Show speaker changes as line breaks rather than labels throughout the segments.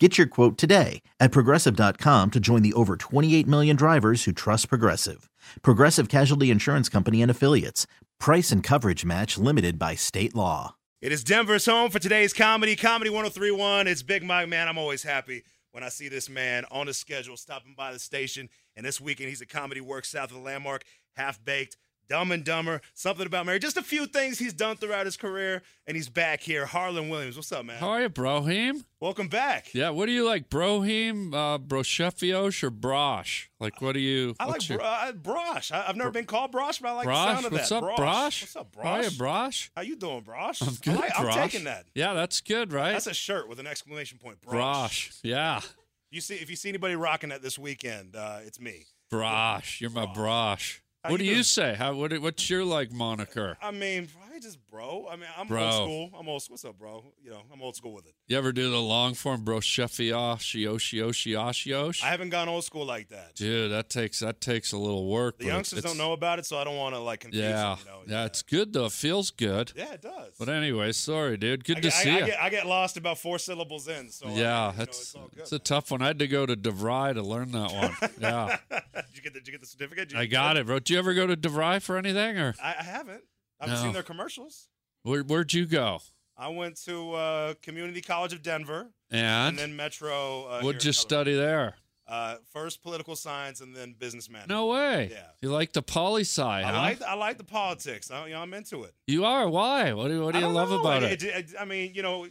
Get your quote today at progressive.com to join the over 28 million drivers who trust Progressive. Progressive Casualty Insurance Company and Affiliates. Price and coverage match limited by state law.
It is Denver's home for today's comedy, Comedy 1031. It's Big Mike, man. I'm always happy when I see this man on the schedule, stopping by the station. And this weekend, he's a comedy work south of the landmark, half baked, dumb and dumber, something about Mary. Just a few things he's done throughout his career, and he's back here. Harlan Williams, what's up, man?
How are you, Brohim?
Welcome back.
Yeah, what do you like, Brohim, uh, Broshefiosh, or Brosh? Like, what do you?
I like
what's your-
bro- uh, Brosh. I- I've never been called Brosh, but I like the
Brosh.
sound of
what's
that.
up, Brosh?
What's up,
How are you,
Brosh?
Brosh?
How you doing, Brosh?
I'm good.
I like- I'm
Brosh.
taking that.
Yeah, that's good, right?
That's a shirt with an exclamation point.
Brosh. Yeah,
You see, if you see anybody rocking that this weekend, uh, it's me.
Brosh. You're my Brosh.
How
what
you
do you
doing?
say? How? What, what's your like moniker?
I mean, probably just bro. I mean, I'm
Bro.
old school. I'm old. What's up, bro? You know, I'm old school with it.
You ever do the long form, Broshefiosh, Yosh, Yosh, Yosh,
I
Yosh?
haven't gone old school like that.
Dude, that takes that takes a little work.
The
but
youngsters
it's-
don't know about it, so I don't want to like confuse
Yeah,
them. You know?
yeah, it's good though. It feels good.
yeah, it does.
But anyway, sorry, dude. Good
I,
to
get, I-
see
I,
you.
get, I get lost about four syllables in. So I mean,
yeah,
you know,
that's
it's all good.
it's a tough one. I had to go to DeVry to learn that one. Yeah,
did you get the, did you get the certificate? Did you
I
get
got it, bro. Did you ever go to DeVry for anything, or
I, I haven't. I've
No.
seen their commercials.
where, where'd you go?
I went to uh, Community College of Denver and
And,
then Metro. Uh, here
what'd you
in Colorado.
study there?
Uh, first political science and then business management.
No way.
Yeah.
You like the poli sci, huh?
I like I like the politics. I, you know, I'm into it.
you are. Why? What do, what do
I
you
don't
love
know.
about
I-
it?
I, I mean, you know,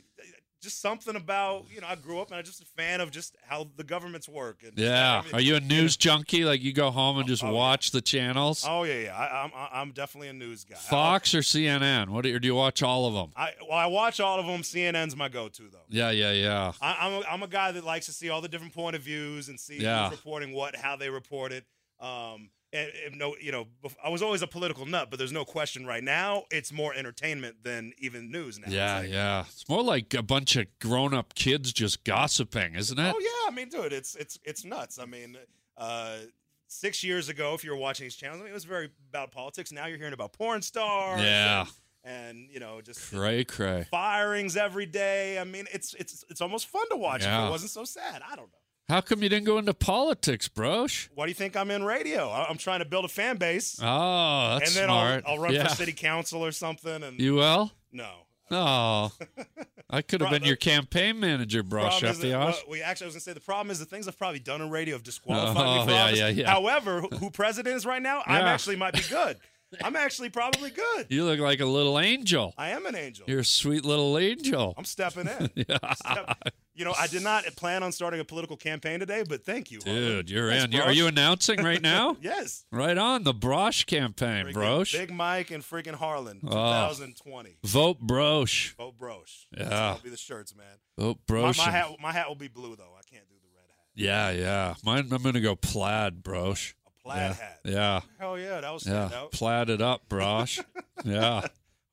just something about you know. I grew up and I'm just a fan of just how the governments work. And just
Yeah.
everything.
Are you a news junkie? Like you go home and just
Oh, yeah.
watch the channels,
Oh yeah, yeah. I, I'm I'm definitely a news guy.
Fox or CNN? What do you, or do you watch all of them?
I, I well, I watch all of them. CNN's my go-to though.
Yeah, yeah, yeah.
I, I'm a, I'm a guy that likes to see all the different point of views and see
Yeah.
who's reporting what, how they report it. Um, and, and no, you know, bef- I was always a political nut, but there's no question right now it's more entertainment than even news now. It's
Yeah,
like,
yeah. It's more like a bunch of grown-up kids just gossiping, isn't it?
Oh yeah, I mean, dude, it's it's it's nuts. I mean, uh, six years ago, if you were watching these channels, I mean, it was very about politics. Now you're hearing about porn stars.
Yeah.
and, and, you know, just
Cray cray.
firings every day. I mean, it's it's it's almost fun to watch. If
Yeah.
it wasn't so sad, I don't know.
How come you didn't go into politics, brosh?
Why do you think I'm in radio? I- I'm trying to build a fan base,
Oh, that's
and then
smart.
I'll, I'll run
yeah.
for city council or something. And
You will?
no.
Oh, I could have
Bro-
been your campaign manager, brosh.
problem is that-
Effios.
well, we actually, I was gonna say the problem is the things I've probably done on radio have disqualified me
Oh,
for
yeah,
office.
yeah, yeah.
However, who- who president is right now, I'm
Yeah.
actually might be good. I'm actually probably good.
You look like a little angel.
I am an angel.
You're a sweet little angel.
I'm stepping in. Step- you know, I did not plan on starting a political campaign today, but thank you, Harlan.
Dude, you're
Thanks,
in. You- Are
Brosh.
you announcing right now?
Yes,
Right on the brosh campaign,
Freaking
brosh. Oh.
Big Mike and freaking Harlan, 2020.
Vote brosh.
Vote Brosh.
Yeah.
that'll be the shirts, man.
Vote
My,
brosh.
my hat, my hat will be blue though. I can't do the red hat.
Yeah, yeah. Mine. I'm gonna go plaid, brosh.
A plaid
yeah.
hat.
Yeah,
Hell yeah, that was
yeah.
stand out.
Plaid it up, brosh. yeah.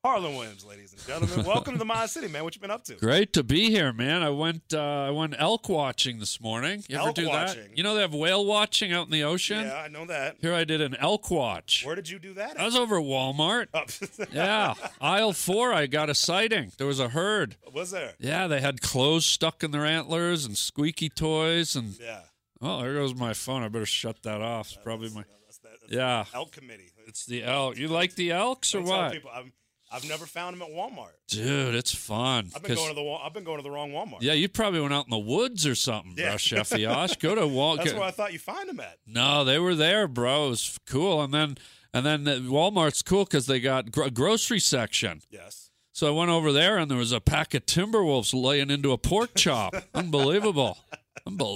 Harlan Williams, ladies and gentlemen. Welcome to the Mod City, man. What you been up to?
Great to be here, man. I went uh, I went elk watching this morning. You ever
Elk
do
watching?
that? You know they have whale watching out in the ocean.
Yeah, I know that.
Here I did an elk watch.
Where did you do that?
I was
at?
over at Walmart.
Oh,
yeah, aisle four. I got a sighting. There was a herd.
was there?
Yeah, they had clothes stuck in their antlers and squeaky toys and
Yeah.
oh, there goes my phone. I better shut that off. It's probably my
That's that, that's
yeah.
the Elk committee.
It's the elk. You like the elks or
I tell
what?
People, I'm, I've never found them at Walmart.
Dude, it's fun.
I've been
'cause-
going to the wa- I've been going to the wrong Walmart.
yeah, you probably went out in the woods or something,
Yeah.
bro, Chef Yosh. Go to Walmart.
That's where I thought you find them at.
No, they were there, bro. It was cool. And then and then the Walmart's cool because they got gro- grocery section.
Yes.
So I went over there and there was a pack of Timberwolves laying into a pork chop. Unbelievable.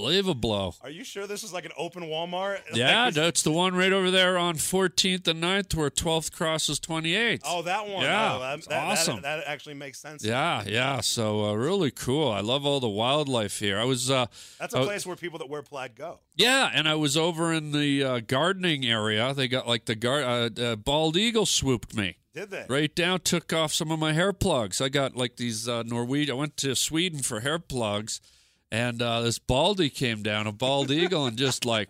Unbelievable.
Are you sure this was like an open Walmart?
Yeah,
Like, was-
that's the one right over there on 14th and 9th where 12th crosses 28th.
Oh, that one.
Yeah,
Oh, that,
it's
that- that-
awesome.
That, actually makes sense.
Yeah, yeah. So uh, really cool. I love all the wildlife here. I was, uh,
That's a
Oh.
place where people that wear plaid go.
yeah, and I was over in the uh, gardening area. They got like the gar- uh, uh, bald eagle swooped me
Did they?
right down, took off some of my hair plugs. I got like these uh, Norwegian. I went to Sweden for hair plugs, and uh, this baldy came down, a bald eagle, and just like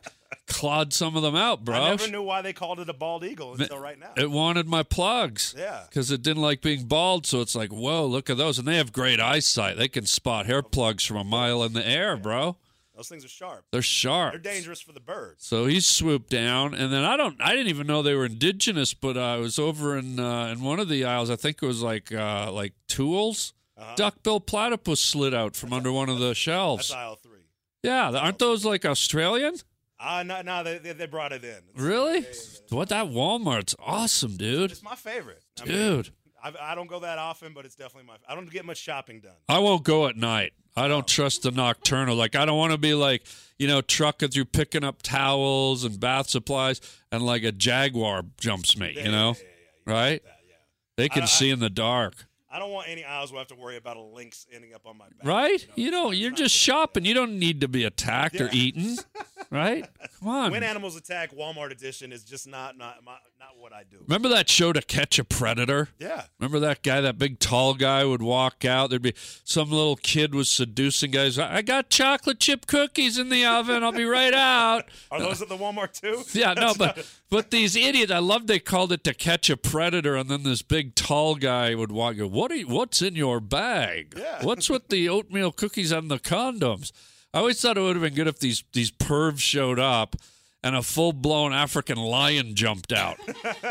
clawed some of them out, bro.
I never knew why they called it a bald eagle until right now.
It wanted my plugs.
Yeah.
Because it didn't like being bald, so it's like, whoa, look at those. And they have great eyesight. They can spot hair plugs from a mile in the air, bro.
Those things are sharp.
They're sharp.
They're dangerous for the birds.
So he swooped down, and then I don't, I didn't even know they were indigenous. But I was over in uh, in one of the aisles. I think it was like uh, like tools. Duckbill platypus slid out from under one of the
Uh-huh. That's
shelves.
aisle three.
Yeah, aren't those like Australian?
Uh, no, no they, they, they brought it in. It's,
Really? What that Walmart's awesome, dude.
it's my favorite. I mean,
Dude.
I, I don't go that often, but it's definitely my. I don't get much shopping done.
I won't go at night. I don't trust the nocturnal. Like I don't want to be like you know trucking through picking up towels and bath supplies, and like a jaguar jumps me. You know, right? They can see in the dark,
I don't want any aisles where I have to worry about a lynx ending up on my back.
right?
know,
You
it's
know,
not-
you're
it's not
just
good.
shopping. You don't need to be attacked or
Yeah.
eaten, right? Come
When
on.
animals attack, Walmart edition is just not not my, not what I do.
Remember that show to catch a predator?
Yeah.
Remember that guy, that big tall guy would walk out. There'd be some little kid was seducing guys. I I got chocolate chip cookies in the oven. I'll be right out.
Are those at the Walmart too?
Yeah, no, but but these idiots. I love they called it to catch a predator, and then this big tall guy would walk. and Go, what? Are you, what's in your bag?
Yeah.
What's with the oatmeal cookies and the condoms? I always thought it would have been good if these these pervs showed up. And a full blown African lion jumped out.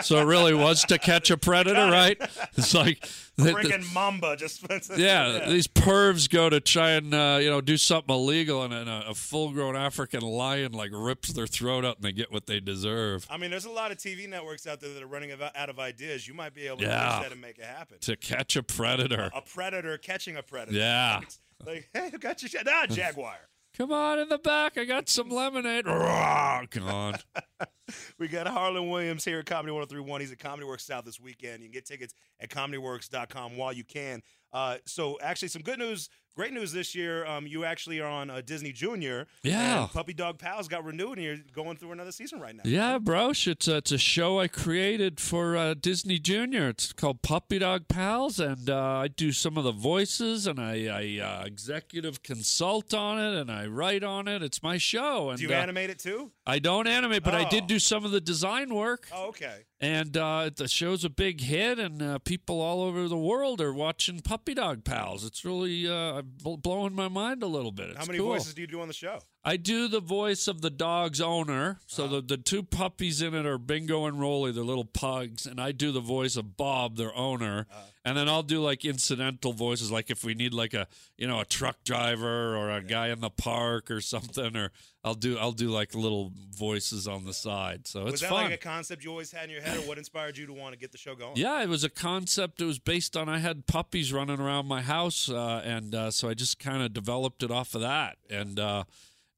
So it really was to catch a predator, right? It's like
Freaking Mamba just.
yeah, these pervs go to try and uh, you know do something illegal, and, and a, a full-grown African lion like rips their throat out, and they get what they deserve.
I mean, there's a lot of TV networks out there that are running av- out of ideas. You might be able to
Yeah.
push that and make it happen.
To catch a predator.
A predator catching a predator.
Yeah.
Like, hey, who got your shot? Nah, Jaguar.
Come on in the back. I got some lemonade. Roar, Come on.
We got Harlan Williams here at Comedy 1031. He's at Comedy Works South this weekend. You can get tickets at comedyworks.com while you can. Uh, so, actually, some good news, great news this year. Um, you actually are on uh, Disney Junior.
Yeah.
And Puppy Dog Pals got renewed, and you're going through another season right now.
Yeah, bro. It's a, it's a show I created for uh, Disney Junior. It's called Puppy Dog Pals, and uh, I do some of the voices, and I, I uh, executive consult on it, and I write on it. It's my show, and
Do you
uh,
animate it too?
I don't animate, but I
Oh.
did do some of the design work.
Oh, okay.
And uh, the show's a big hit, and uh, people all over the world are watching Puppy Dog Pals. It's really uh, bl- blowing my mind a little bit. It's
How many
cool.
voices do you do on the show?
I do the voice of the dog's owner. So
Uh-huh.
the, the two puppies in it are Bingo and Rolly, they're little pugs. And I do the voice of Bob, their owner.
Uh-huh.
And then I'll do like incidental voices, like if we need like a, you know, a truck driver or a guy in the park or something, or I'll do, I'll do like little voices on the side. So it's
Was that
fun.
like a concept you always had in your head, or what inspired you to want to get the show going?
Yeah, it was a concept. It was based on I had puppies running around my house, uh, and uh, so I just kind of developed it off of that, and uh,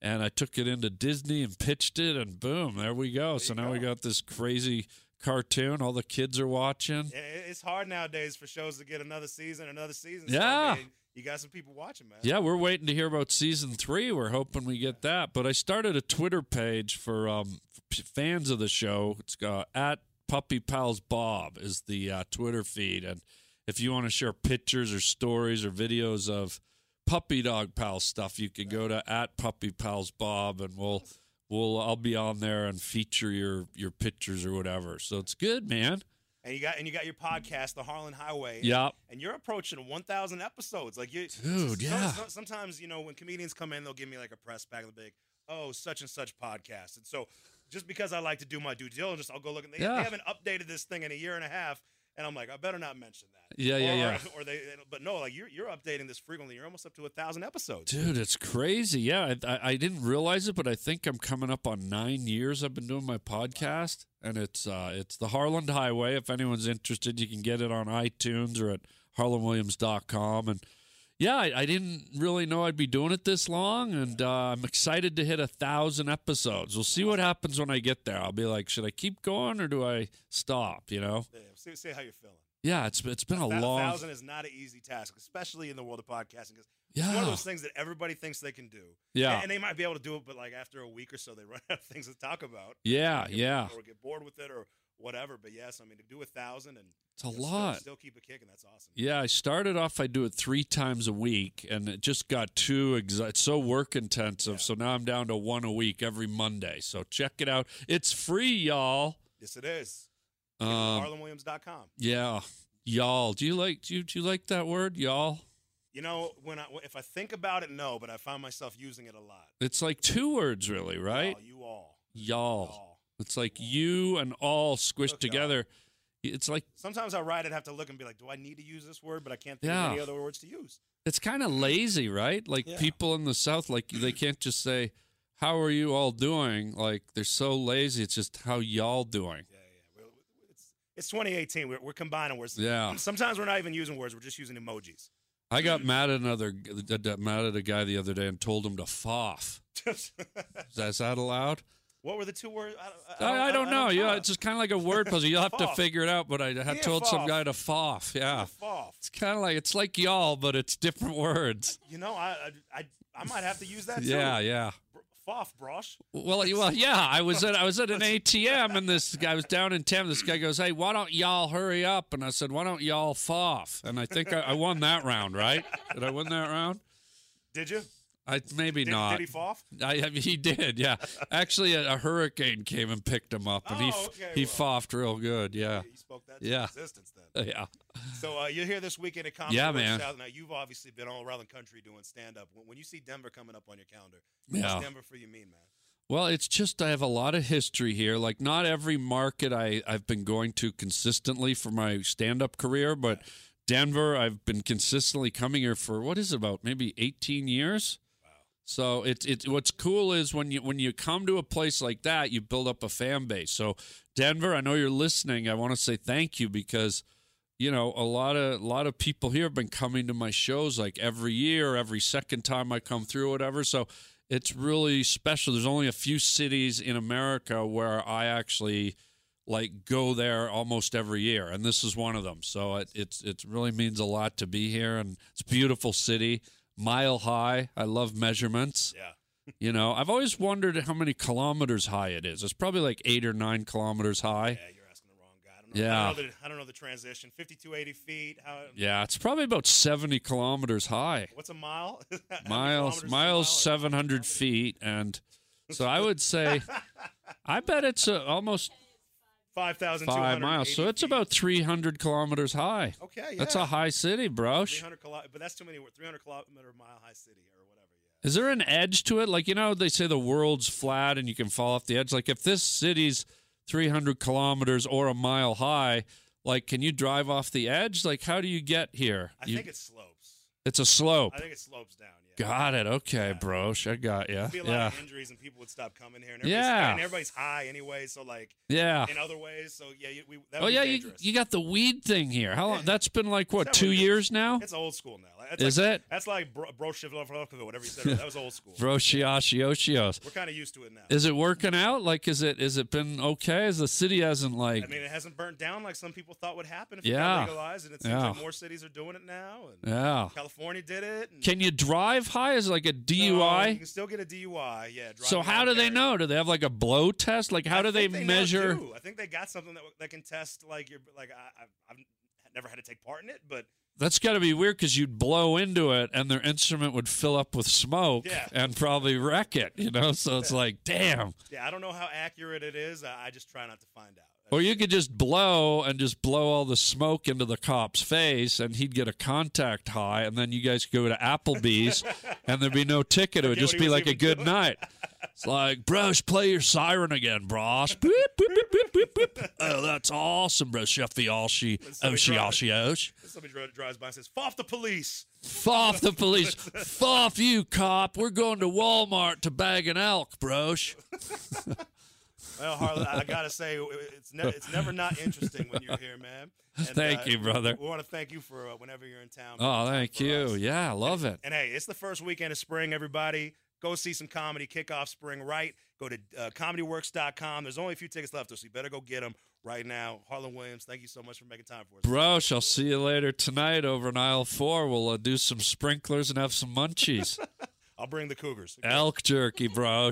and I took it into Disney and pitched it, and boom, there we go. so now we got this crazy cartoon. All the kids are watching.
I- I- It's hard nowadays for shows to get another season, another season.
Yeah.
mean, you got some people watching, man.
Yeah, we're waiting to hear about season three. We're hoping we get that. But I started a Twitter page for um, p- fans of the show. It's uh, at Puppy Pals Bob is the uh, Twitter feed, and if you want to share pictures or stories or videos of Puppy Dog Pal stuff, you can go to at Puppy Pals Bob, and we'll we'll I'll be on there and feature your your pictures or whatever. So it's good, man.
And you got and you got your podcast, The Harlan Highway.
Yeah.
and you're approaching 1,000 episodes. Like you,
Dude, yeah.
sometimes you know when comedians come in, they'll give me like a press pack and they'll be like, "Oh, such and such podcast." And so, just because I like to do my due diligence, I'll go look. And they, they
Yeah.
haven't updated this thing in a year and a half, and I'm like, I better not mention that.
Yeah, yeah,
or,
yeah.
Or they, but no, like you're you're updating this frequently. You're almost up to a thousand episodes.
Dude, it's crazy. Yeah, I, I, I didn't realize it, but I think I'm coming up on nine years. I've been doing my podcast, and it's uh, it's the Harland Highway. If anyone's interested, you can get it on iTunes or at harlanwilliams.com. And yeah, I, I didn't really know I'd be doing it this long, and uh, I'm excited to hit a thousand episodes. We'll see what happens when I get there. I'll be like, should I keep going or do I stop? You know?
Yeah, see, see how you're feeling.
Yeah, it's it's been a
Thou-
long.
thousand is not an easy task, especially in the world of podcasting. 'cause It's one of
yeah,
those things that everybody thinks they can do.
yeah,
And, and they might be able to do it, but like after a week or so, they run out of things to talk about.
yeah,
Or get-
Ah, yeah.
Or get bored with it or whatever. But yes, I mean, to do a thousand and
It's a
you know, still-
lot.
Still, keep it kicking. That's awesome.
Yeah, I started off. I do it three times a week, and it just got too exa- it's so work intensive.
Yeah.
So now I'm down to one a week every Monday. So check it out. It's free, y'all.
Yes, it is.
Um,
MarlonWilliams.com.
yeah, y'all. Do you like do you, do you like that word, y'all?
You know, when I if I think about it, no, but I find myself using it a lot.
It's like two words, really, right?
Y'all, you all.
Y'all.
Y'all.
It's like you and all squished
Look, y'all.
together. It's like
Sometimes I write it, have to look and be like, do I need to use this word? But I can't think
Yeah.
of any other words to use.
it's kind of lazy, right? Like
Yeah.
people in the South, like they can't just say, "How are you all doing?" Like they're so lazy. It's just how y'all doing.
Yeah, yeah. We're, it's it's 2018. We're, we're combining words.
Yeah.
Sometimes we're not even using words. We're just using emojis.
I got mad at another d- d- mad at a guy the other day and told him to foff. Is that, is that allowed?
what were the two words? I,
I, I, don't know. yeah, it's just kind of like a word puzzle. You'll have to
Foff.
figure it out. But I had
Yeah,
told some
foff.
guy to foff. Yeah,
off.
it's kind of like it's like y'all, but it's different words.
You know, I, I I I might have to use that.
yeah,
Too.
yeah.
Br- Foff, brosh.
Well, y- well, yeah. I was at I was at an ATM and this guy I was down in Tampa. This guy goes, "Hey, why don't y'all hurry up?" And I said, "Why don't y'all foff?" And I think I, I won that round, right? Did I win that round?
Did you?
I maybe
Did,
not.
did he foff?
I, I mean, he did, yeah. Actually, a, a hurricane came and picked him up, and he
Oh,
f
okay,
he
well.
foffed real good, yeah,
You spoke that to
Yeah.
existence then.
yeah.
So uh, you're here this weekend at Comedy
Yeah,
Works
man.
South. Now you've obviously been all around the country doing stand up. When, when you see Denver coming up on your calendar, what's
Yeah.
Denver for you mean, man?
Well, it's just I have a lot of history here. Like not every market I I've been going to consistently for my stand up career, but Denver I've been consistently coming here for what is it, about maybe eighteen years. So it's it's what's cool is when you when you come to a place like that, you build up a fan base. So Denver, I know you're listening. I want to say thank you because you know a lot of a lot of people here have been coming to my shows like every year, every second time I come through, whatever. So it's really special. There's only a few cities in America where I actually like go there almost every year, and this is one of them. So it it's it really means a lot to be here, and it's a beautiful city. Mile high. I love measurements.
Yeah.
You know, I've always wondered how many kilometers high it is. It's probably like eight or nine kilometers high.
Yeah, you're asking the wrong guy. I don't know, I don't know, the, I don't know the transition. 5280 feet. How?
Yeah, it's probably about seventy kilometers high.
What's a mile? How many kilometers
Miles,
is a
miles,
mile?
seven hundred feet, and so I would say, I bet it's uh almost
5,280
five miles. So it's
feet.
about three hundred kilometers high.
Okay, yeah.
That's a high city, bro.
300 kilo, but that's too many. wor- 300 kilometer mile high city or whatever. Yeah.
Is there an edge to it? Like you know, they say the world's flat and you can fall off the edge. Like if this city's three hundred kilometers or a mile high, like can you drive off the edge? Like how do you get here?
I
You-
think it slopes.
it's a slope.
I think it slopes down. Yeah.
Got it. Okay,
Yeah.
brosh. I got you.
There'd be a lot
Yeah.
of injuries and people would stop coming here. And everybody's,
Yeah.
and everybody's high anyway. So like
Yeah.
in other ways. So yeah, you, we. That would
Oh
be
yeah, you,
dangerous.
you got the weed thing here. How long?
Yeah.
That's been like what,
that
two
what it is?
years now?
That's old school now. That's
Is
like,
it?
That's like bro, bro whatever you said. that was old school.
Broshioshioshios.
We're kind of used to it now.
Is it working out? Like, is it is it been okay? Is the city hasn't like?
I mean, it hasn't burnt down like some people thought would happen if
Yeah.
it got legalized, and it seems
Yeah.
like more cities are doing it now. And
yeah.
California did it. And
Can you drive high? Is it like a
No, you
DUI?
can still get a DUI. Yeah.
so
driving
how
on
do they
Perry.
know? Do they have like a blow test? Like how
I
do they
think now
measure?
do. I think they got something that, that can test like your like I, I've, I've never had to take part in it, but
That's got to be weird because you'd blow into it and their instrument would fill up with smoke
Yeah.
and probably wreck it. You know, so it's like damn.
yeah, I don't know how accurate it is. I, I just try not to find out.
Or you could just blow and just blow all the smoke into the cop's face, and he'd get a contact high, and then you guys could go to Applebee's, and there'd be no ticket. It would
Forget
just
what he
be
was
like a
even
good
doing.
night. It's like, bros, play your siren again, bros. Boop, boop, boop, boop, boop, boop. Oh, that's awesome, bro. Chef the Oshi,
so
Oshi, Oshi, Oh, Osh.
Somebody dri- drives by and says, "Foff the police."
Foff the police. Foff you, cop. We're going to Walmart to bag an elk, brosh.
Well, Harlan, I gotta say, it's never it's never not interesting when you're here, man. And,
Thank
uh,
you, brother.
We want to thank you for uh, whenever you're in town.
Oh, thank
for
you.
us.
Yeah, I love it.
And hey, it's the first weekend of spring, everybody. Go see some comedy kickoff spring right. Go to uh, comedyworks.com. There's only a few tickets left, so you better go get them right now. Harlan Williams, thank you so much for making time for us.
Bro, I'll see you later tonight over in aisle four. We'll uh, do some sprinklers and have some munchies.
I'll bring the Cougars.
Elk jerky, bro.